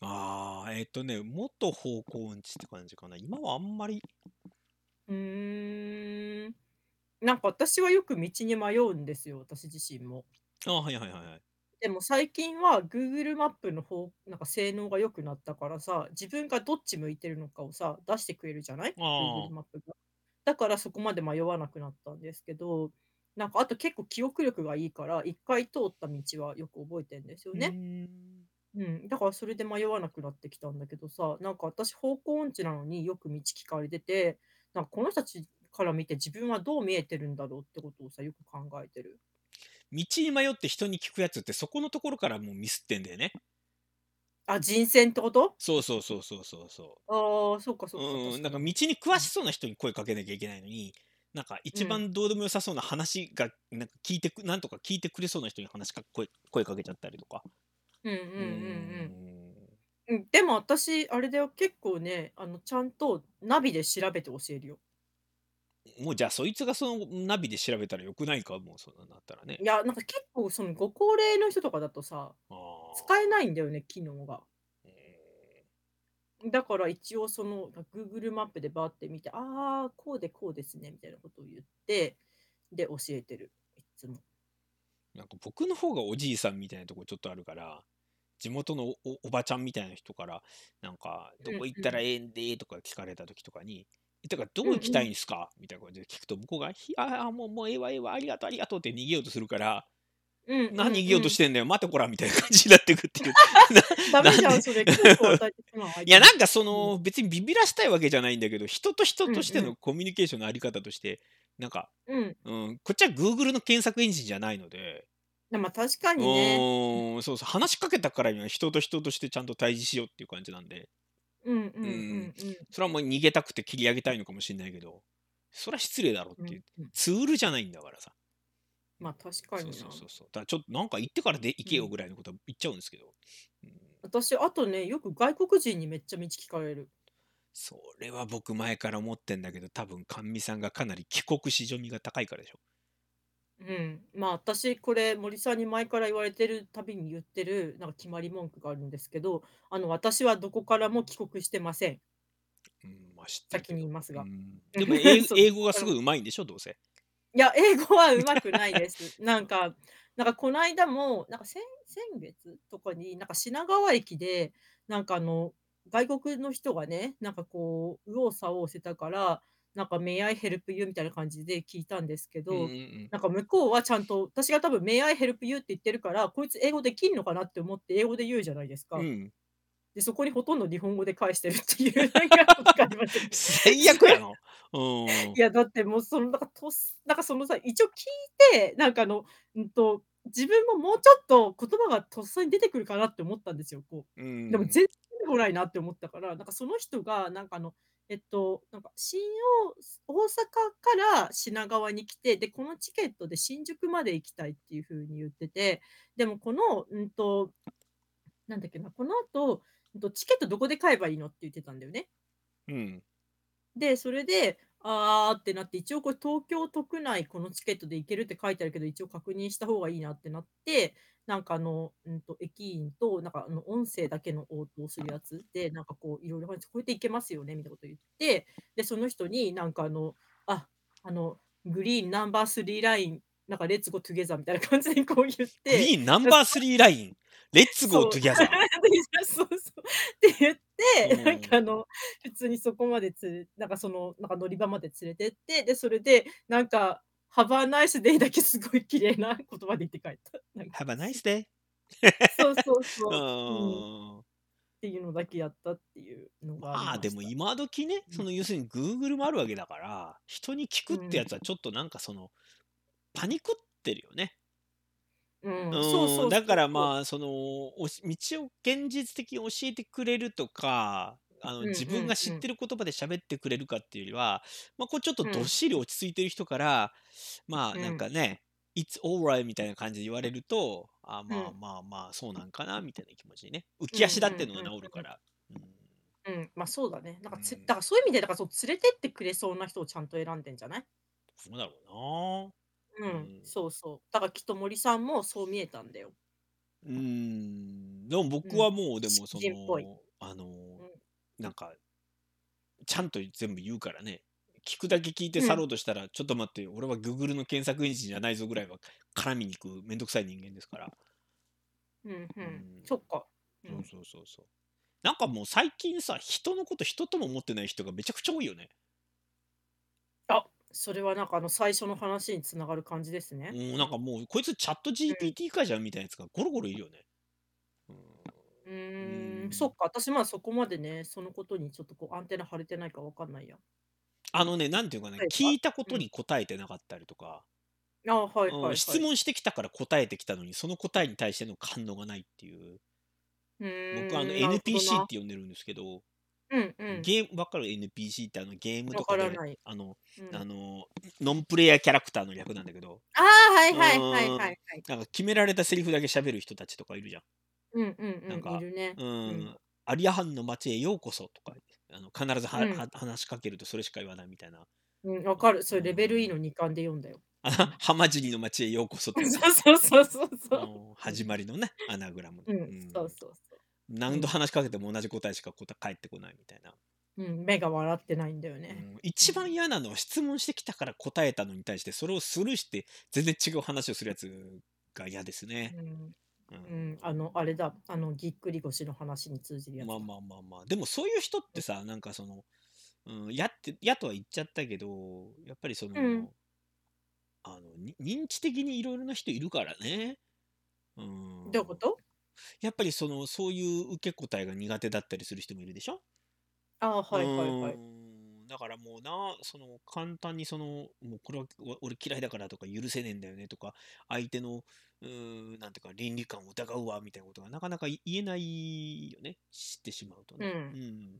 B: ああー、えっ、とね、元方向音痴って感じかな。今はあんまり、
A: うーん。なんか私はよく道に迷うんですよ、私自身も。
B: ああ、はいはいはいはい。
A: でも最近は Google マップの方、なんか性能が良くなったからさ、自分がどっち向いてるのかをさ、出してくれるじゃない
B: あ
A: ?Google
B: あ、
A: マップが。だからそこまで迷わなくなったんですけど、なんかあと結構記憶力がいいから、一回通った道はよく覚えてんですよ
B: うー
A: ね。
B: ん。
A: うん。だからそれで迷わなくなってきたんだけどさ、なんか私方向音痴なのによく道聞かれてて、なんかこの人たちから見て自分はどう見えてるんだろうってことをさ、よく考えてる。
B: 道に迷って人に聞くやつってそこのところからもうミスってんだよね。
A: あ、人選ってこと
B: そうそうそうそうそうそ。
A: ああー、そうかそううか、
B: うん、
A: 確
B: なん
A: か
B: か道
A: に。
B: に詳
A: う
B: し
A: ん
B: そうな人に声かけなきゃいけないのに、なんか
A: う
B: 一
A: ん、
B: 番どうでもよさそうな話が、なんか聞いてく、なんとか聞いてくれそうな人に話か声声かけちゃったりとか。
A: うんうんう
B: うー
A: ん
B: ん。
A: うんうんでも私あれだよ結構ねあのちゃんとナビで調べて教えるよ
B: もうじゃあそいつがそのナビで調べたらよくないかもうそんなのあったらね。
A: いやなんか結構そのご高齢の人とかだとさ
B: あ
A: 使え
B: あ。
A: ないんだよね機能が
B: うん
A: だから一応その Google マップでバーって見て、ああ、こうでこうですねみたいなことを言って、で、教えてる。いつも。
B: なんか僕の方がおじいさんみたいなとこちょっとあるから、地元のおおおばちゃんみたいな人から、なんか、
A: う
B: ど
A: ん
B: こ行っ
A: う
B: た
A: ん。
B: らええんでとか聞かれた時とかに、えだからど
A: う
B: こ
A: ん
B: 行き
A: う
B: たい
A: ん。
B: んすかみたいな感じで聞くと、向こうが、ひああ、もう、もうええわ、ええわ、ありがとう、ありがとうって逃げようとするから、
A: うんう
B: 何逃
A: ん
B: げよう
A: う
B: と
A: ん。
B: してんだよ、待てこら、みたいな感じになってくっていう。
A: ダ
B: な、
A: メ
B: な
A: じ
B: ん
A: ゃ
B: で
A: ん、それ。効果を与えてしまう、相
B: いや、
A: 手
B: な
A: に。
B: んかそ
A: うん。
B: の、別にビビらしたいわけじゃないんだけど、人と人
A: うん
B: として
A: う
B: の
A: ん。
B: コミュニケーションのあり方として、なんか、
A: うん。
B: うん、こっちは Google の検索エンジンじゃないので、
A: でも確か
B: う
A: にね。
B: ーん、そうそう、話しかけたからには人と人としてちゃんと対峙しようっていう感じなんで、
A: うんう
B: うん、
A: うんんうん。
B: それはもう逃げたくて切り上げたいのかもしれないけど、それは失礼だろっ
A: う
B: てい
A: ん
B: う、
A: うん。
B: ツールじゃないんだからさ。うん、
A: まあ確か
B: そう
A: に
B: そ
A: な。
B: うそうそう。だからちょっとなんか行ってからで行
A: う
B: けよ
A: ん。
B: ぐらいのことは言っちゃうんですけど、うん、
A: 私、あとね、よく外国人にめっちゃ道聞かれる。
B: それは僕前から思ってんだけど、多分甘味さんがかなり帰国子女味が高いからでしょ。
A: うん、まあ私これ森さんに前から言われてるたびに言ってるなんか決まり文句があるんですけどあの私はどこからも帰国してません
B: うん、まあ知ってる
A: 先
B: け
A: に言い
B: ど。
A: ます
B: う
A: が
B: ん、でも 英
A: そう
B: 英
A: どこ
B: 語が
A: か
B: す
A: ら
B: ご
A: も
B: いうまいんでしょ、どうせ。
A: いや英語はうまくないです なんかなんかこの間もなんか先先月とかになんか品川駅でなんかあの外国の人がねなんかこう右往左往してたからなんか「May I help you」みたいな感じで聞いたんですけ
B: うんうん
A: ど
B: うん。
A: なんか向こうはちゃんと私が多分「May I help you」って言ってるからこいつ英語できんのかなって思って英語で言うじゃないです
B: う
A: か。
B: ん。
A: でそこにほとんど日本語で返してるっていうなんかことがありました けど。
B: 最
A: そ
B: 悪
A: れ
B: やの。うん。
A: いや、だってもう、その、なんか、とす、なんかそのさ、一応聞いて、なんかあの、うんと、自分ももうちょっと言葉がとっさに出てくるかなって思ったんですよ、こ
B: う
A: う。でも、
B: ん。
A: 全然出てこないなって思ったから、なんかその人が、なんかあの、えっと、なんか、新大、大阪から品川に来て、で、このチケットで新宿まで行きたいっていうふうに言ってて、でも、この、うんと、なんだっけな、この後、うんとチケットどこで買えばいいのって言ってたんだよね。
B: うん。
A: で、それで、あーってなって、一応これ東京都区内このチケットで行けるって書いてあるけど、一応確認した方がいいなってなって、なんかあの、うんと、駅員と、なんかあの音声だけの応答するやつで、なんかこう、いろいろ話して、これで行けますよね、みたいなこと言って、で、その人になんかあの、あ、あの、グリーンナンバースリーライン、なんかレッツゴートゥゲザーみたいな感じでこう言っ
B: グ
A: て、
B: リーンナン
A: なんか
B: バースリーライン、レッツゴー
A: そう、
B: トゥギャザ
A: そうそう。って言っ
B: ー。
A: て、なん
B: う
A: かあ
B: ん。
A: の、普通にそこまでつれ、なんかその、なんか乗り場まで連れてって、で、それで、なんか、ハバーナイスデイだけすごい綺麗な言葉で言って帰った。 なんか、
B: Have a nice day.
A: そう そう
B: う
A: そう。うん。っ
B: ーん。
A: ていうのだけやったっていうのがあり
B: まあ
A: ま
B: で
A: し
B: も
A: た。
B: 今時ね、
A: う
B: そ
A: ん。
B: の要するに Google もあるわけだから、人に聞
A: う
B: くってや
A: ん。
B: つはちょっとなんかその、パニクってるよね。
A: うん。そう
B: う
A: そ
B: ん、
A: う
B: だ
A: そ
B: か
A: う
B: ら
A: そう。
B: まあ、その、おし道を現実的に教えてくれるとか、あの
A: うん
B: 自分が
A: う
B: 知っ
A: ん
B: てる言葉で喋ってくれるかっていうよりは、まあ、こうちょっと
A: う
B: どっ
A: ん。
B: しり落ち着いてる人から、まあ
A: う
B: なん
A: ん。
B: かね、It's alright みたいな感じで言われると、あ
A: う
B: まあ
A: ん。
B: まあまあ、そうなんかなみたいな気持ちにね、
A: う
B: 浮き
A: ん
B: 足
A: う
B: 立って
A: ん
B: るの
A: う
B: が
A: ん
B: 治るから。うん、
A: うん。うん。まあそうだね。なん
B: う
A: かつ、
B: ん、
A: だからそういう意味で、だからそう連れてってくれそうな人をちゃんと選んでんじゃない
B: そうだろ
A: う、
B: うな。うんん
A: そうそう。だからきっと森さんもそう見えたんだよ。
B: うーん、でも
A: う
B: 僕は
A: ん。
B: もう、で
A: 識
B: もそ
A: 人っぽい。
B: の、あの、
A: うん。
B: なんか、ちゃんと全部言うからね、聞くだけ聞いて
A: う
B: 去ろ
A: ん。
B: うとしたら、ちょっと待って、俺は Google の検索エンジンじゃないぞぐらいは絡みに行くめんどくさい人間ですから。
A: うん。う。
B: うんん、
A: そっか。う。
B: そうんそうそうそう。なんかもう最近さ、人のこと人とも思ってない人がめちゃくちゃ多いよね。
A: あ、それはなんかあの最初の話につながる感じですね。
B: もう
A: う
B: なん
A: ん。
B: かもう、こいつチャット GPT かじゃんみたいなやつがゴロゴロいるよね。うん。
A: う
B: う
A: ーん。そっ
B: ん
A: か。私まあそこまでね、そのことにちょっとこうアンテナ張れてないかわかんないや。
B: あのね、なんていうかね、
A: 例え
B: 聞
A: ば。
B: いたこ
A: う
B: と
A: ん。
B: に答えてなかったりとか、
A: ああ、はい
B: うん、
A: はいは
B: 質
A: い。
B: 問してきたから答えてきたのに、その答えに対しての感動がないっていう。
A: う
B: 僕はあの
A: ーん。なるほど
B: NPC っ
A: な。
B: て呼んでるんですけど、
A: うんうん。
B: ゲーム、わかる NPC ってあのゲーム
A: わ
B: と
A: か
B: からで、
A: ない。
B: あの、
A: う
B: あ
A: ん。
B: の、ノンプレイヤーキャラクターの略なんだけど、
A: ああ、はいうはいはい
B: ー
A: はい
B: ん、
A: はい。
B: なんか決められたセリフだけ喋る人たちとかいるじゃん。
A: うんうん
B: なん
A: うん。い
B: か、
A: るね。
B: う
A: う
B: ー
A: ん。
B: ん、アリアハンの街へようこそとか、あの必ず
A: う
B: は
A: ん。
B: は話しかけるとそれしか言わないみたいな。
A: うん、わかる。そうれレベル E
B: ん、
A: の2巻で読んだよ。
B: あ
A: うん。
B: 浜尻の街へようこそってやつ
A: そ
B: ね。
A: うそうそうそうそうう。
B: ん
A: うん、
B: 始まりのね、アナグラムの。
A: う、
B: うん
A: そうんそうそう。
B: 何度話しかけても同じ答えしか答え返ってこないみたいな、
A: うん、目が笑ってないんだよ
B: う
A: ね。
B: ん一番嫌なのは質問してきたから答えたのに対してそれをスルーして全然違う話をするやつが嫌ですね、
A: うん、
B: う
A: うんん、あの、あれだ、あの、ぎっくり腰の話に通じるやつだ。
B: まあまあまあまあでもそういう人ってさなんかその、うん、やってやとは言っちゃったけどやっぱりその、
A: うん
B: あのに認知的にいろいろな人いるからね、うん、
A: どういうこと
B: やっぱりそのそういう受け答えが苦手だったりする人もいるでしょ
A: ああ、はいはいはい。
B: うーんだからもうなその簡単にそのもうこれはお俺嫌いだからとか許せねえんだよねとか相手のうーんなんていうか倫理観を疑うわみたいなことがなかなか言えないよね知ってしまうとね、
A: うん
B: うん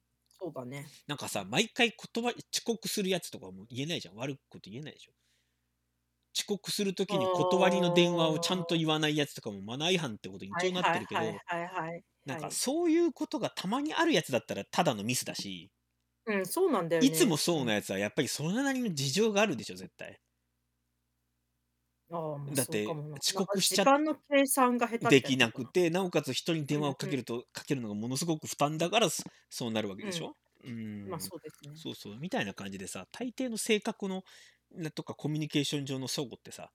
A: そうだね。
B: なんかさ毎回言葉遅刻するやつとかも言えないじゃん悪いこと言えないでしょ遅刻するときに断りの電話をちゃんと言わないやつとかもマナー違反ってことに一応なってるけど、
A: はいはいはいはい、
B: なん
A: は
B: か
A: い
B: そういうことがたまにあるやつだったらただのミスだし、
A: うん、そうなんだよね。
B: いつもそうなやつはやっぱりそれなりの事情があるでしょ絶対
A: ああまあ
B: だって
A: そうかもな
B: 遅
A: なんか
B: 刻しちゃ
A: 時間の計算が下手みたい
B: できなくてなおかつ人に電話をかけるとかけるのがものすごく負担だからそそうなるわけでしょ、うん
A: ことかなまあそうですね。
B: そうそうみたいな感じでさ大抵の性格のなとかコミュニケーション上の相互ってさ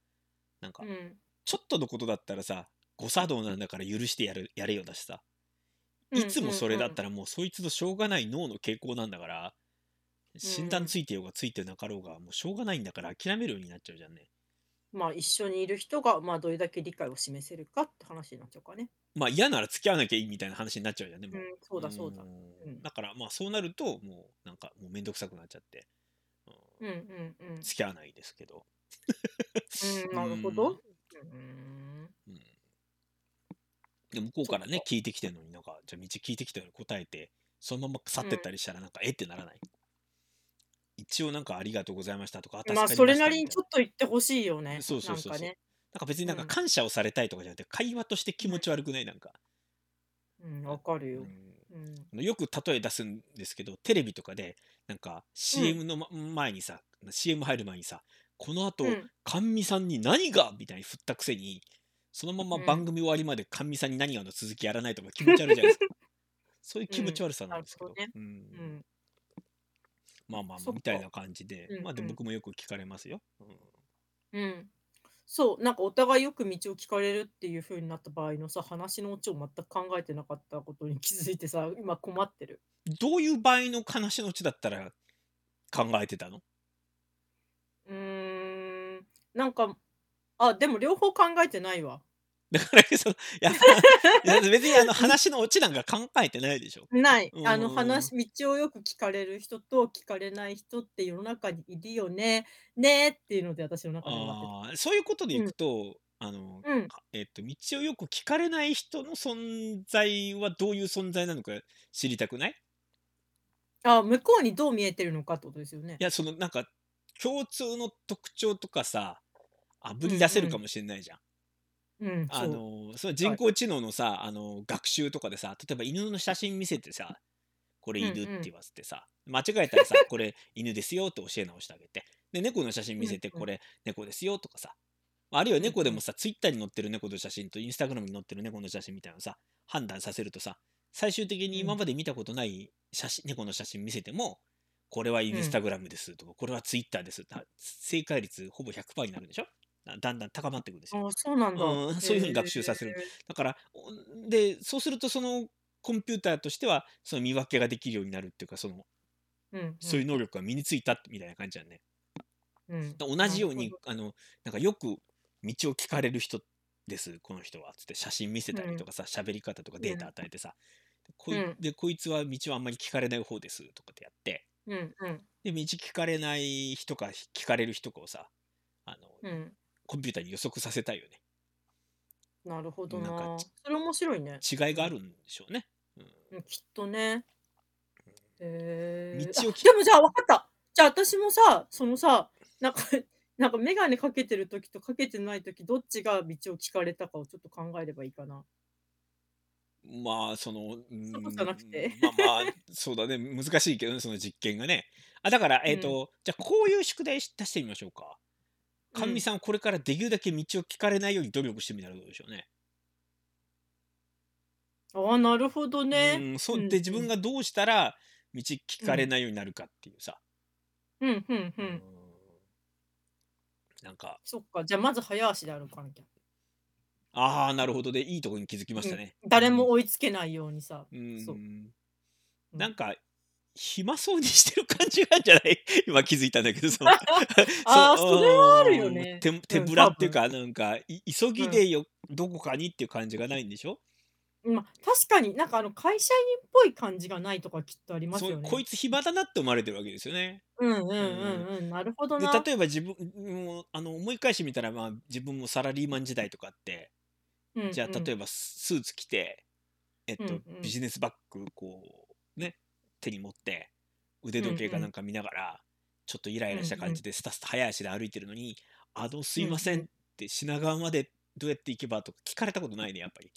B: なんか
A: うん
B: ちょっとのことだったらさ誤作動なんだから許してやるやれよだしさ
A: うん
B: いつもそれだった
A: ら、
B: らもうそいつのしょうがない脳の傾向なんだから診断ついてようがついてなかろうがもうしょうがないんだから諦めるようになっちゃうじゃんね。
A: まあ一緒にいる人がまあどれだけ理解を示せるかって話になっちゃうかね。
B: まあ嫌なら付き合わなきゃいいみたいな話になっちゃうじゃんね。も
A: う、
B: うん
A: そうだそうだ。
B: うん
A: うん
B: だからまあそうなるともうなんかもうめんどくさくなっちゃって、うん
A: うんうんうん。
B: 付き合わないですけど。
A: うん、なるほ
B: う
A: ど。うん、
B: ん。うんで向こうから
A: そ
B: ね
A: っか
B: 聞いてきてるのになんかじゃあ道聞いてきたのに答えてそのまま去ってったりしたらなんか、えってならない。一応なんかありがとうございましたとかあ助
A: まあ
B: かり
A: そ
B: ま
A: れ
B: し
A: な
B: た
A: り
B: み
A: に
B: たい
A: ちょっと言ってほしいよね。
B: そうそうそうそう
A: なんかね。
B: なんか別になん
A: う
B: か
A: ん
B: 感謝をされたいとかじゃなくて会話として気持ち悪くないなんか。
A: うん、わかるよ。
B: うん
A: うん。
B: よく例え出すんですけどテレビとかでなんか CM の、ま前にさ CM 入る前にさこの後、
A: うん
B: 甘味さんに何がみたいに振ったくせにそのま
A: う
B: ま
A: ん
B: 番組終わりまで甘味さんに何がの続きやらないとか気持ち悪いじゃな いですかそういう気持ち悪さなんですけど、
A: なる
B: うん
A: うん。
B: まあまあま
A: そっか
B: あみたいな感じで、
A: うん
B: まあで
A: うん
B: 僕もよく聞かれますよ、うん
A: うん。そう、なんかお互いよく道を聞かれるっていう風になった場合のさ、話のオチを全く考えてなかったことに気づいてさ、今困ってる。
B: どういう場合の悲しのうちだったら考えてたの
A: うーん。なんか、あ、でも両方考えてないわ。
B: だからそのやっぱいや別にあの話のオチなんか考えてないでしょ
A: ない。
B: うん
A: あの話、道をよく聞かれる人と聞かれない人って世の中にいるよね。ねーっていうので私の中で終わって
B: ああーそういうことでいくと、あの、
A: た。うん。
B: かえっと、道をよく聞かれない人の存在はどういう存在なのか知りたくない
A: あ、向こうにどう見えてるのかってことですよね
B: い。やそのなんか共通の特徴とかさあぶり出せるかもしれないじゃん。
A: うん、そ
B: あ
A: う。
B: のその人工知能のさあの学習とかでさ例えば犬の写真見せてさこれ犬って言わせてさ、間違え たらさこれ犬ですよって教え直してあげてで猫の写真見せて
A: うんうん
B: これ猫ですよとかさあるいは
A: うんうん
B: 猫でもさツイッターに載ってる猫の写真とインスタグラムに載ってる猫の写真みたいなのさ判断させるとさ最終的に今まで見たことない写真猫の写真見せてもこれはインスタグラムですとか、これはツイッターですって正解率ほぼ100%になるでしょだだんだん高まってくるんですよ。
A: あ、そうなんだ。
B: うんそういうふうに学習させるだからおでそうするとそのコンピューターとしてはその見分けができるようになるっていうかその
A: へー。うん、
B: そういう能力が身についたみたいな感じだね。
A: うん、うん。
B: だ同じよう
A: なる
B: に
A: ほ
B: あのなんかよく道を聞かれる人ですこの人はつって写真見せたりとかさ喋、り方とかデータ与えてさ、こい
A: うん
B: でこいつは道をあんまり聞かれない方ですとかってやって
A: どうん、うん、
B: で道聞かれない人か聞かれる人かをさあの、
A: うん。
B: コンピューターに予測させたいよね
A: なるほど
B: なん
A: な
B: か
A: ぁ。それ面白いね。
B: 違いがあるんでしょうね。うん
A: うんきっとね。えー、
B: 道を
A: あ
B: き
A: でもじゃあ分かった。じゃあ私もさ、そのさ、なんか、 なんか眼鏡かけてる時とかけてない時どっちが道を聞かれたかをちょっと考えればいいかな。
B: まあそのうん
A: そうじゃなくて
B: まあまあそうだね難しいけどねその実験がねあだからえっ、と、じゃあこういう宿題し出してみましょうか
A: うん
B: 神さんはこれからできるだけ道を聞かれないように努力してみたらどうでしょうね
A: ああ、なるほどね。
B: うん、そうう、
A: ん
B: で、自
A: う
B: 分
A: ん。
B: がどうしたら道聞
A: う
B: かれ
A: ん。
B: ないようになるかっていうさ。
A: うん、ふん
B: う
A: ふ
B: ーん、
A: ん。
B: なんか
A: そっか、じゃあまず早足で歩かなきゃ。
B: ああ、なるほど。で、いいとこに気づきまし
A: う
B: た
A: ん、
B: ね。う
A: 誰も
B: ん。
A: 追いつけないようにさ、
B: う
A: そう。
B: ん。
A: う
B: なん
A: ん。
B: か、暇そうにしてる感じなんじゃない？ 今気づいたんだけど、その、そ
A: ああ、それはあるよ
B: う、うーん、
A: ね。
B: てん手
A: うん、
B: ぶら
A: 多
B: っていう
A: 分。
B: か、なんか、い急
A: う
B: ぎ
A: ん。
B: でよどこかにっていう感じがないんでしょ？
A: うん、ま、確かになんかあの会社員っぽい感じがないとかきっとありま
B: そ
A: す
B: う、
A: よ
B: こ
A: ね。
B: いつ暇だなって思われてるわけですよね。
A: うんうんう
B: うん。
A: んうん、なるほど
B: で、
A: な。
B: 例えば自分、もう、あの、思い返してみたら、まあ、自分もサラリーマン時代とかって、
A: うん
B: じゃ
A: う
B: あ、例
A: ん。
B: えばスーツ着て、えっ
A: うん
B: と、
A: う
B: ビ
A: ん。
B: ジネスバッグ、こう、ね、手に持って、腕
A: うん
B: 時計
A: う
B: かなん
A: ん。
B: か見ながら、ちょっとイラ
A: う
B: イ
A: ん
B: ラした
A: う
B: 感
A: ん。
B: じでスタスタ早足で歩いてるのに、あの、す
A: う
B: い
A: ん
B: ませ
A: うん
B: っ
A: ん。
B: て品川までどうやって行けばとか聞かれたことないね、やっぱり。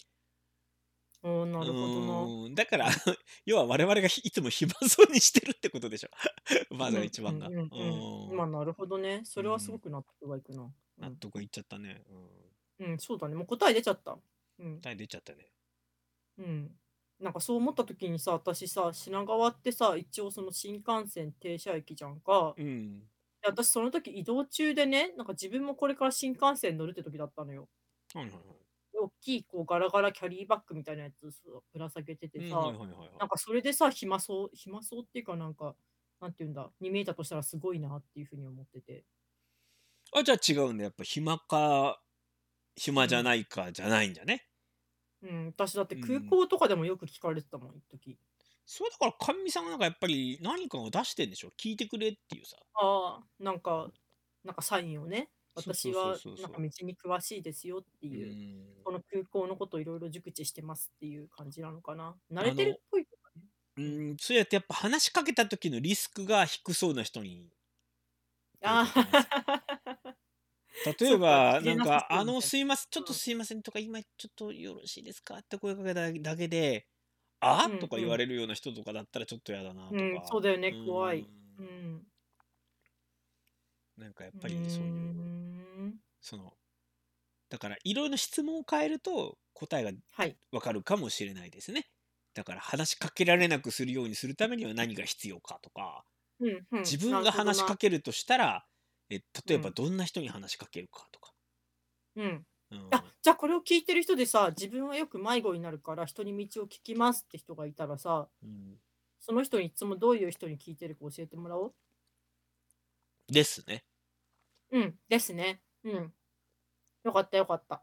A: ああ、な
B: う
A: るほどな。
B: ーん、だから、 要は我々がひいつも暇そうにしてるってことでしょ。 ま
A: う
B: ず
A: ん
B: は
A: うん
B: 一番が。
A: うん
B: う
A: うん。
B: ーん。
A: ま、なるほどね。そうれはすご
B: ん。
A: く納得がいくな。う
B: 納
A: ん。
B: 得いっちゃったね。うん。
A: うん、そうだね。もう答え出ちゃった。うん。
B: 答え出ちゃったね。
A: うん。なんかそう思った時にさ、私さ、品川ってさ、一応その新幹線停車駅じゃんか。
B: うん。
A: で、私その時移動中でね、なんか自分もこれから新幹線乗るって時だったのよ。
B: はいはいはい。
A: で、おっきいこうガラガラキャリーバッグみたいなやつ、そうぶら下げてて
B: うん、はい
A: さ、
B: はいはいは
A: なん
B: い。
A: かそれでさ、暇そう暇そうっていうかなんか、なんて言うんだ、に見えたとしたらすごいなっていうふうに思ってて。
B: あ、じゃあ違うんだ。やっぱ暇か、
A: う
B: 暇じゃ
A: ん。
B: ないかじゃないんだね。
A: うん、私だって
B: う
A: 空
B: ん。
A: 港とかでもよく聞かれてたもん、一時。
B: それだから、かみさんがなんかやっぱり何かを出してんでしょ？聞いてくれっていうさ。
A: ああ、なん
B: う
A: か、
B: ん。
A: なんかサインをね、
B: そう
A: 私
B: そうそう
A: は
B: そう
A: なん
B: そ
A: か
B: う。
A: 道に詳しいですよって
B: う
A: いう、
B: ー
A: こ
B: ん。
A: の空港のことをいろいろ熟知してますっていう感じなのかな。慣れ
B: あ
A: てる
B: の
A: っぽいとかね。
B: う
A: うん。
B: ーん、そうやってやっぱ話しかけた時のリスクが低そうな人に声
A: あ
B: かけます。
A: あ。
B: 例
A: そ
B: え
A: っか、
B: ば、
A: 切
B: な
A: れ
B: ん
A: なさ
B: か、
A: そう
B: あ
A: み
B: の、
A: たい
B: すいません、ちょっ
A: な。う
B: と
A: ん。
B: すいませんとか、今ちょっとよろしいですかって声かけただけで、あ
A: う
B: あと
A: ん
B: か
A: う
B: 言わ
A: ん。
B: れるような人とかだったらちょっと嫌だな
A: う
B: と
A: ん、そう
B: か、
A: だよ
B: う
A: ね、怖
B: ーん。
A: い。うん。
B: なんかやっ
A: うー
B: ぱりそういう、
A: ん。
B: その、だからいろいろ質問を変えると答えが
A: はい。
B: わかるかもしれないですね。だから話しかけられなくするようにするためには何が必要かとか、
A: うん、ふん、
B: 自分
A: なる
B: が
A: ほど
B: 話しか
A: な。
B: けるとしたら、え、
A: う
B: 例えば
A: ん。
B: どんな人に話しかけるかとか。
A: うん。
B: う
A: あ、
B: ん。
A: じゃあこれを聞いてる人でさ、自分はよく迷子になるから人に道を聞きますって人がいたらさ、
B: うん。
A: その人にいつもどういう人に聞いてるか教えてもらおう。
B: ですね。
A: うん、ですね。うん。よかったよかった。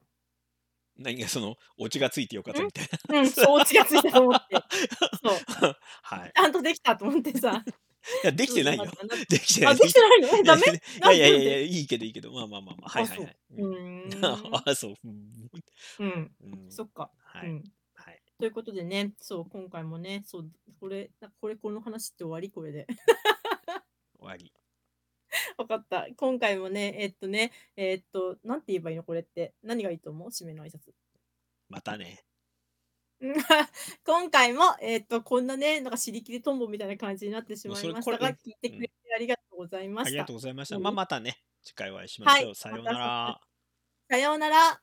B: 何がその、オチがついてよかったみたいな。
A: うん、うん、そう、オチがついたと思って。そう。
B: はい。
A: ちゃんとできたと思ってさ。
B: いや、でき
A: そう、
B: て
A: よ
B: ない
A: かっ
B: よ。
A: たなって。
B: できてな
A: あ、
B: い
A: で
B: で
A: き
B: き
A: てないのえ、
B: いや
A: ダ
B: い
A: メ
B: やい
A: なんでなん
B: やいやいや、
A: で
B: いいけどいいけど、まあまあまあまあ、はい
A: あ、
B: はい
A: そ
B: はい。う。
A: う。うんーん。
B: あ、そう。うん。
A: うん。
B: うん。
A: そっか。
B: は
A: う
B: い。
A: ん。
B: はい。
A: ということでね、そう、今回もね、そう、これ、なこれ、この話って終わりこれで。
B: 終わり。
A: わかった。今回もね、えっとね、えっと、なんて言えばいいのこれって。何がいいと思う締めの挨拶。
B: またね。
A: うん、 今回も、えっと、こんなね、なんか、尻切りトンボみたいな感じになってし
B: もう
A: ま
B: そ
A: い
B: れ、
A: まし
B: これ、
A: た
B: う
A: が、聞
B: ん。
A: いて
B: う
A: く
B: ん。
A: れてありがとうございま
B: あ
A: し
B: りが
A: た。
B: とうございまし
A: う
B: た。まあ
A: ん
B: またね、次回お会いしま
A: は
B: しょ
A: い、
B: う。さ
A: ま
B: よう
A: た
B: な
A: そちら。
B: ら。
A: さようなら。